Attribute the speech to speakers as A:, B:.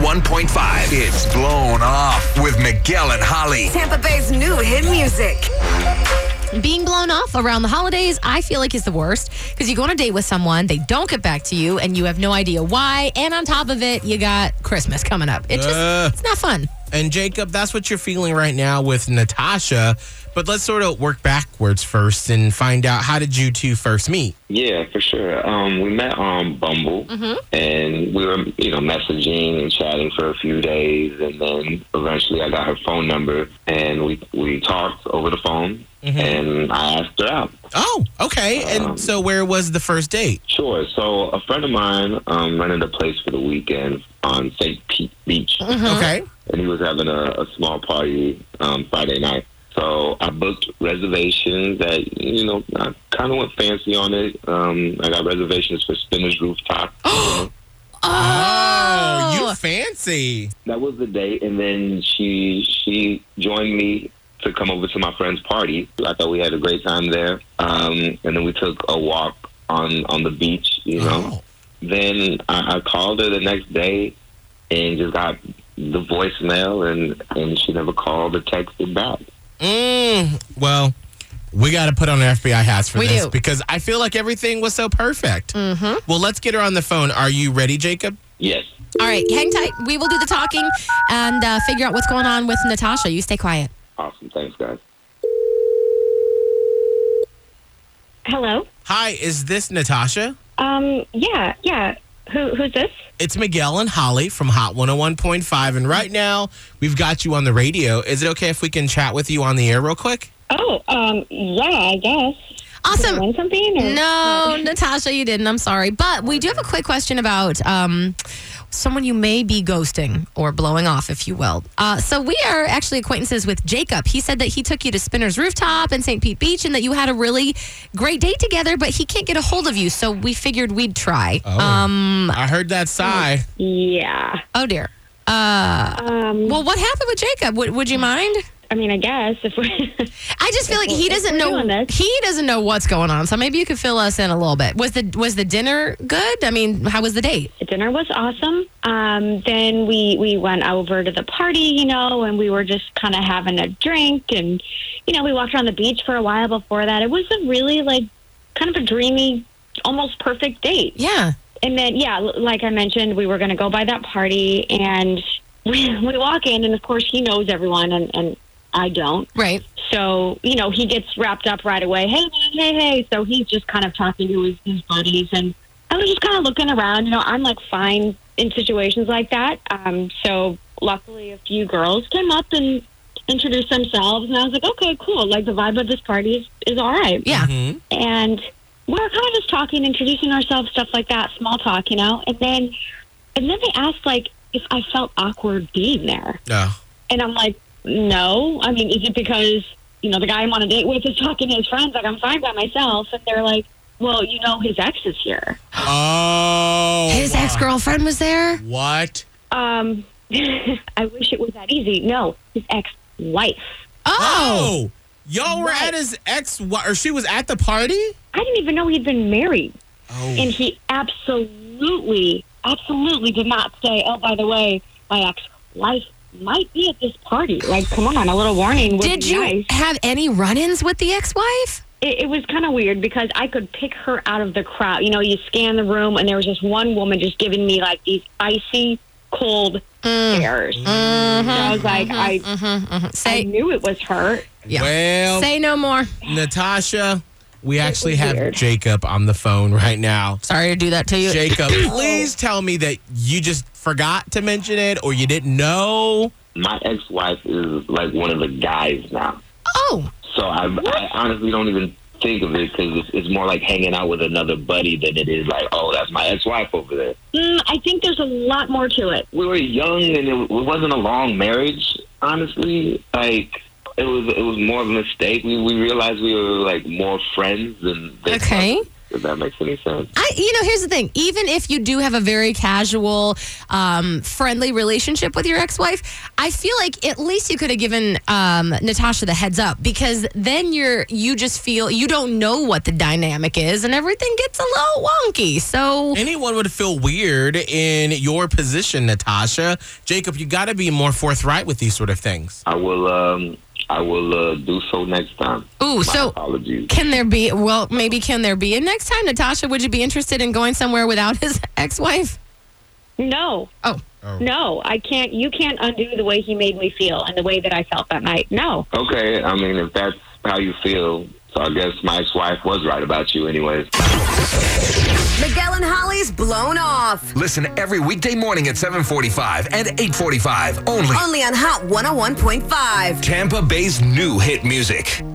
A: 101.5. It's Blown Off with Miguel and Holly.
B: Tampa Bay's new hit music.
C: being blown off around the holidays, I feel like is the worst because you go on a date with someone, they don't get back to you, and you have no idea why. And on top of it, you got Christmas coming up. It just,
D: Uh.
C: it's not fun.
D: And Jacob, that's what you're feeling right now with Natasha. But let's sort of work backwards first and find out how did you two first meet?
E: Yeah, for sure. Um, we met on Bumble, and we were, you know, messaging and chatting for a few days, and then eventually I got her phone number, and we we talked over the phone, and I asked her out.
D: Oh, okay.
E: Um,
D: and so where was the first date?
E: Sure. So a friend of mine um, rented a place for the weekend on St. Pete Beach,
D: Okay.
E: and he was having a, a small party um, Friday night. So I booked reservations that you know I kind of went fancy on it. Um, I got reservations for Spinner's Rooftop.
D: Oh,
C: Oh.
D: you fancy.
E: that was the date, and then she she joined me to come over to my friend's party. I thought we had a great time there, um, and then we took a walk on on the beach. You know,
D: Oh.
E: then I, I called her the next day and just got the voicemail, and and she never called or texted back.
D: Mm, well, we got to put on our FBI hats for
C: We
D: this
C: do.
D: because I feel like everything was so perfect. Mm-hmm. Well, let's get her on the phone. Are you ready, Jacob?
E: Yes.
C: All right, hang tight. We will do the talking and uh, figure out what's going on with Natasha. You stay quiet.
E: Awesome. Thanks, guys.
F: Hello.
D: Hi, is this Natasha?
F: Um. Yeah. Yeah. Who? Who's this?
D: It's Miguel and Holly from Hot 101.5. And right now, we've got you on the radio. Is it okay if we can chat with you on the air real quick?
F: Oh. Um. Yeah. I guess. Did I
C: Awesome.
F: win something? Or
C: No, Natasha, you didn't. I'm sorry. But we do have a quick question about um, someone you may be ghosting or blowing off, if you will. Uh, so we are actually acquaintances with Jacob. He said that he took you to Spinner's Rooftop and St. Pete Beach and that you had a really great date together, but he can't get a hold of you. So we figured we'd try.
D: Oh.
C: Um,
D: I heard that sigh.
F: Yeah.
C: oh, dear. Uh,
F: Um.
C: well, what happened with Jacob? Would, would you mind?
F: I mean, I guess if we.
C: I just feel like he
F: If
C: doesn't
F: we're
C: know
F: doing this.
C: he doesn't know what's going on. So maybe you could fill us in a little bit. Was the was the dinner good? I mean, how was the date?
F: the dinner was awesome. Um. Then we we went over to the party, you know, and we were just kind of having a drink, and you know, we walked around the beach for a while before that. It was a really like kind of a dreamy, almost perfect date.
C: Yeah.
F: and then yeah, l- like I mentioned, we were going to go by that party, and we we walk in, and of course he knows everyone, and and I don't.
C: Right.
F: So you know he gets wrapped up right away. Hey, hey, hey, hey. So he's just kind of talking to his, his buddies, and I was just kind of looking around. You know, I'm like fine in situations like that. Um, so luckily, a few girls came up and introduced themselves, and I was like, okay, cool. Like the vibe of this party is is all right
C: Mm, Yeah.
D: Mhm.
F: and we were kind of just talking, introducing ourselves, stuff like that, small talk, you know. And then, and then they asked like if I felt awkward being there,
D: Oh.
F: and I'm like, no. I mean, is it because you know the guy I'm on a date with is talking to his friends? Like I'm fine by myself, and they're like, well, you know, his ex is here.
D: Oh.
C: His
D: wow.
C: ex girlfriend was there.
D: What?
F: Um, I wish it was that easy. No, his ex wife.
C: Oh.
D: Oh. Y'all were
F: Right.
D: at his ex, or she was at the party?
F: I didn't even know he'd been married.
D: Oh.
F: And he absolutely, absolutely did not say, oh, by the way, my ex wife might be at this party. Like, come on, a little warning would
C: Did
F: be
C: you
F: nice.
C: have any run ins with the ex wife?
F: It, it was kind of weird because I could pick her out of the crowd. You know, you scan the room, and there was this one woman just giving me like these icy, cold
C: Mm.
F: stares.
C: Mm-hmm.
F: So I was like, I, I
C: Say
F: knew it was her.
C: yeah.
D: Well,
C: say no more.
D: Natasha, we actually
F: was
D: have
F: weird.
D: Jacob on the phone right now.
C: Sorry to do that to you.
D: Jacob, please tell me that you just forgot to mention it or you didn't know.
E: My ex-wife is like one of the guys now,
C: Oh.
E: so I, I honestly don't even think of it because it's, it's more like hanging out with another buddy than it is like, oh, that's my ex-wife over there.
F: Mm, I think there's a lot more to it.
E: we were young and it, it wasn't a long marriage honestly like it was it was more of a mistake we, we realized we were like more friends than than
C: Okay.
E: cousins. if that makes any sense.
C: I, you know, here's the thing. Even if you do have a very casual, um, friendly relationship with your ex-wife, I feel like at least you could have given um, Natasha the heads up because then you're you just feel you don't know what the dynamic is and everything gets a little wonky. So
D: Anyone would feel weird in your position, Natasha. Jacob, you got to be more forthright with these sort of things.
E: I will. Um, I will uh, do so next time.
C: Ooh,
E: My
C: so-
E: apologies.
C: can there be? Well, maybe can there be? And next time, Natasha, would you be interested in going somewhere without his ex-wife?
F: No,
C: Oh,
F: no, I can't. You can't undo the way he made me feel and the way that I felt that night. No.
E: Okay, I mean, if that's how you feel, so I guess my ex-wife was right about you, anyways.
B: Miguel and Holly's blown off.
A: Listen every weekday morning at 745 and 845 only
B: Only on Hot 101.5.
A: Tampa Bay's new hit music.